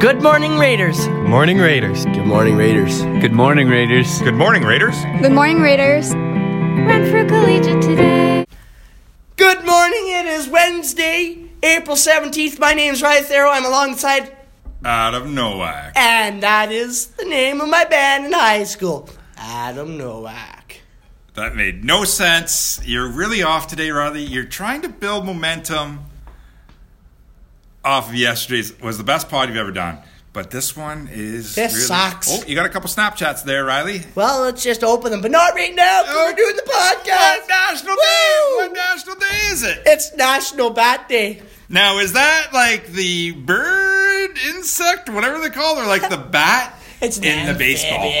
Good morning, Raiders. Morning Raiders. Good morning, Raiders. Good morning, Raiders. Good morning, Raiders. Good morning, Raiders. Run for collegiate today. Good morning. It is Wednesday, April 17th. My name's Ryan Thero. I'm alongside, Out of Nowak. and that is the name of my band in high school Adam Nowak. That made no sense. You're really off today, Riley. You're trying to build momentum off of yesterday's was the best pod you've ever done. But this one is This sucks. Oh, you got a couple Snapchats there, Riley. Well, let's just open them, but not right now 'cause we're doing the podcast. What national day? Woo! What national day is it? It's National Bat Day. Now is that like the bird insect, whatever they call it, or like the bat It's in the baseball?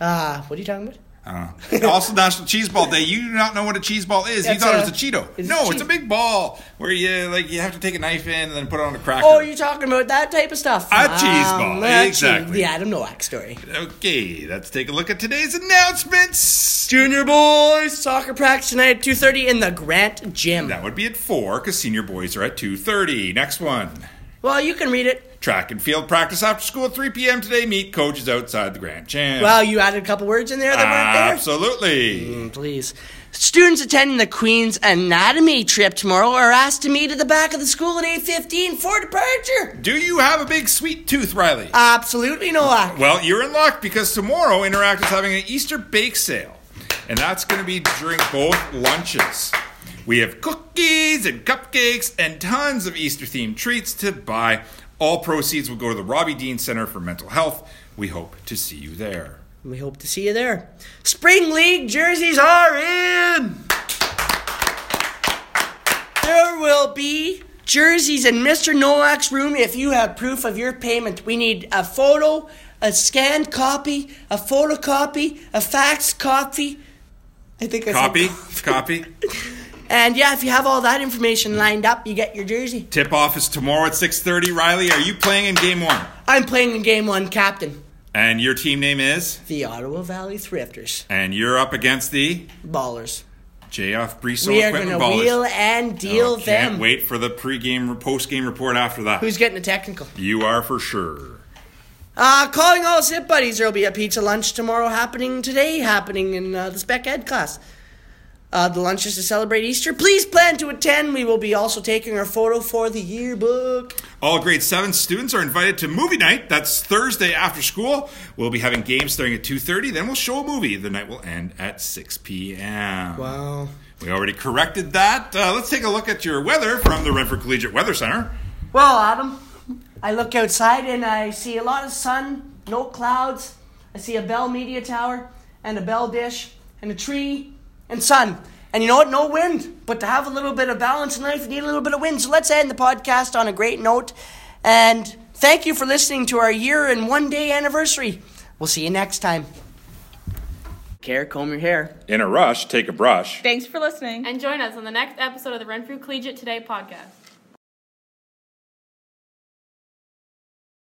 Ah, what are you talking about? I don't know. Uh-huh. also, National Cheese Ball Day. You do not know what a cheese ball is. you That's thought a- it was a Cheeto. it's no, a it's a cheese- big ball where you like you have to take a knife in and then put it on a cracker. Oh, you're talking about that type of stuff. A cheese ball, that exactly. the Adam Nowak story. Okay, let's take a look at today's announcements. Junior boys soccer practice tonight at 2.30 in the Grant Gym. That would be at four because senior boys are at two thirty. Next one. Well, you can read it. Track and field practice after school at 3 p.m. today. Meet coaches outside the Grand Champ. Well, you added a couple words in there that weren't there. Absolutely. Please. Students attending the Queen's Anatomy trip tomorrow are asked to meet at the back of the school at 8.15 for departure. Do you have a big sweet tooth, Riley? Absolutely Nowak. Well, you're in luck because tomorrow Interact is having an Easter bake sale, and that's going to be during both lunches. We have cookies and cupcakes and tons of Easter themed treats to buy. All proceeds will go to the Robbie Dean Center for Mental Health. We hope to see you there. We hope to see you there. Spring League jerseys are in! There will be jerseys in Mr. Nowak's room if you have proof of your payment. We need a photo, a scanned copy, a photocopy, a fax copy. I think I said- Copy, copy. And yeah, if you have all that information lined up, you get your jersey. Tip off is tomorrow at 6:30. Riley, are you playing in game 1? I'm playing in game one, captain. And your team name is The Ottawa Valley Thrifters. and you're up against the Ballers. JF Brees we are going to Equipment Ballers. wheel and deal Oh, them. Can't wait for the pre-game or post-game report after that. Who's getting a technical? you are for sure. Uh, calling all Zip Buddies. There'll be a pizza lunch tomorrow happening today, happening in uh, the Spec Ed class. Uh, the lunch is to celebrate Easter. Please plan to attend. We will be also taking our photo for the yearbook. All grade seven students are invited to movie night. That's Thursday after school. We'll be having games starting at 2.30. Then we'll show a movie. The night will end at 6 p.m. Wow. We already corrected that. Uh, let's take a look at your weather from the Renfrew Collegiate Weather Center. Well, Adam, I look outside and I see a lot of sun, no clouds. I see a bell media tower and a bell dish and a tree and sun. And you know what? No wind. But to have a little bit of balance in life, you need a little bit of wind. So let's end the podcast on a great note. And thank you for listening to our year and one day anniversary. We'll see you next time. Care, comb your hair. In a rush, take a brush. Thanks for listening. And join us on the next episode of the Renfrew Collegiate Today podcast.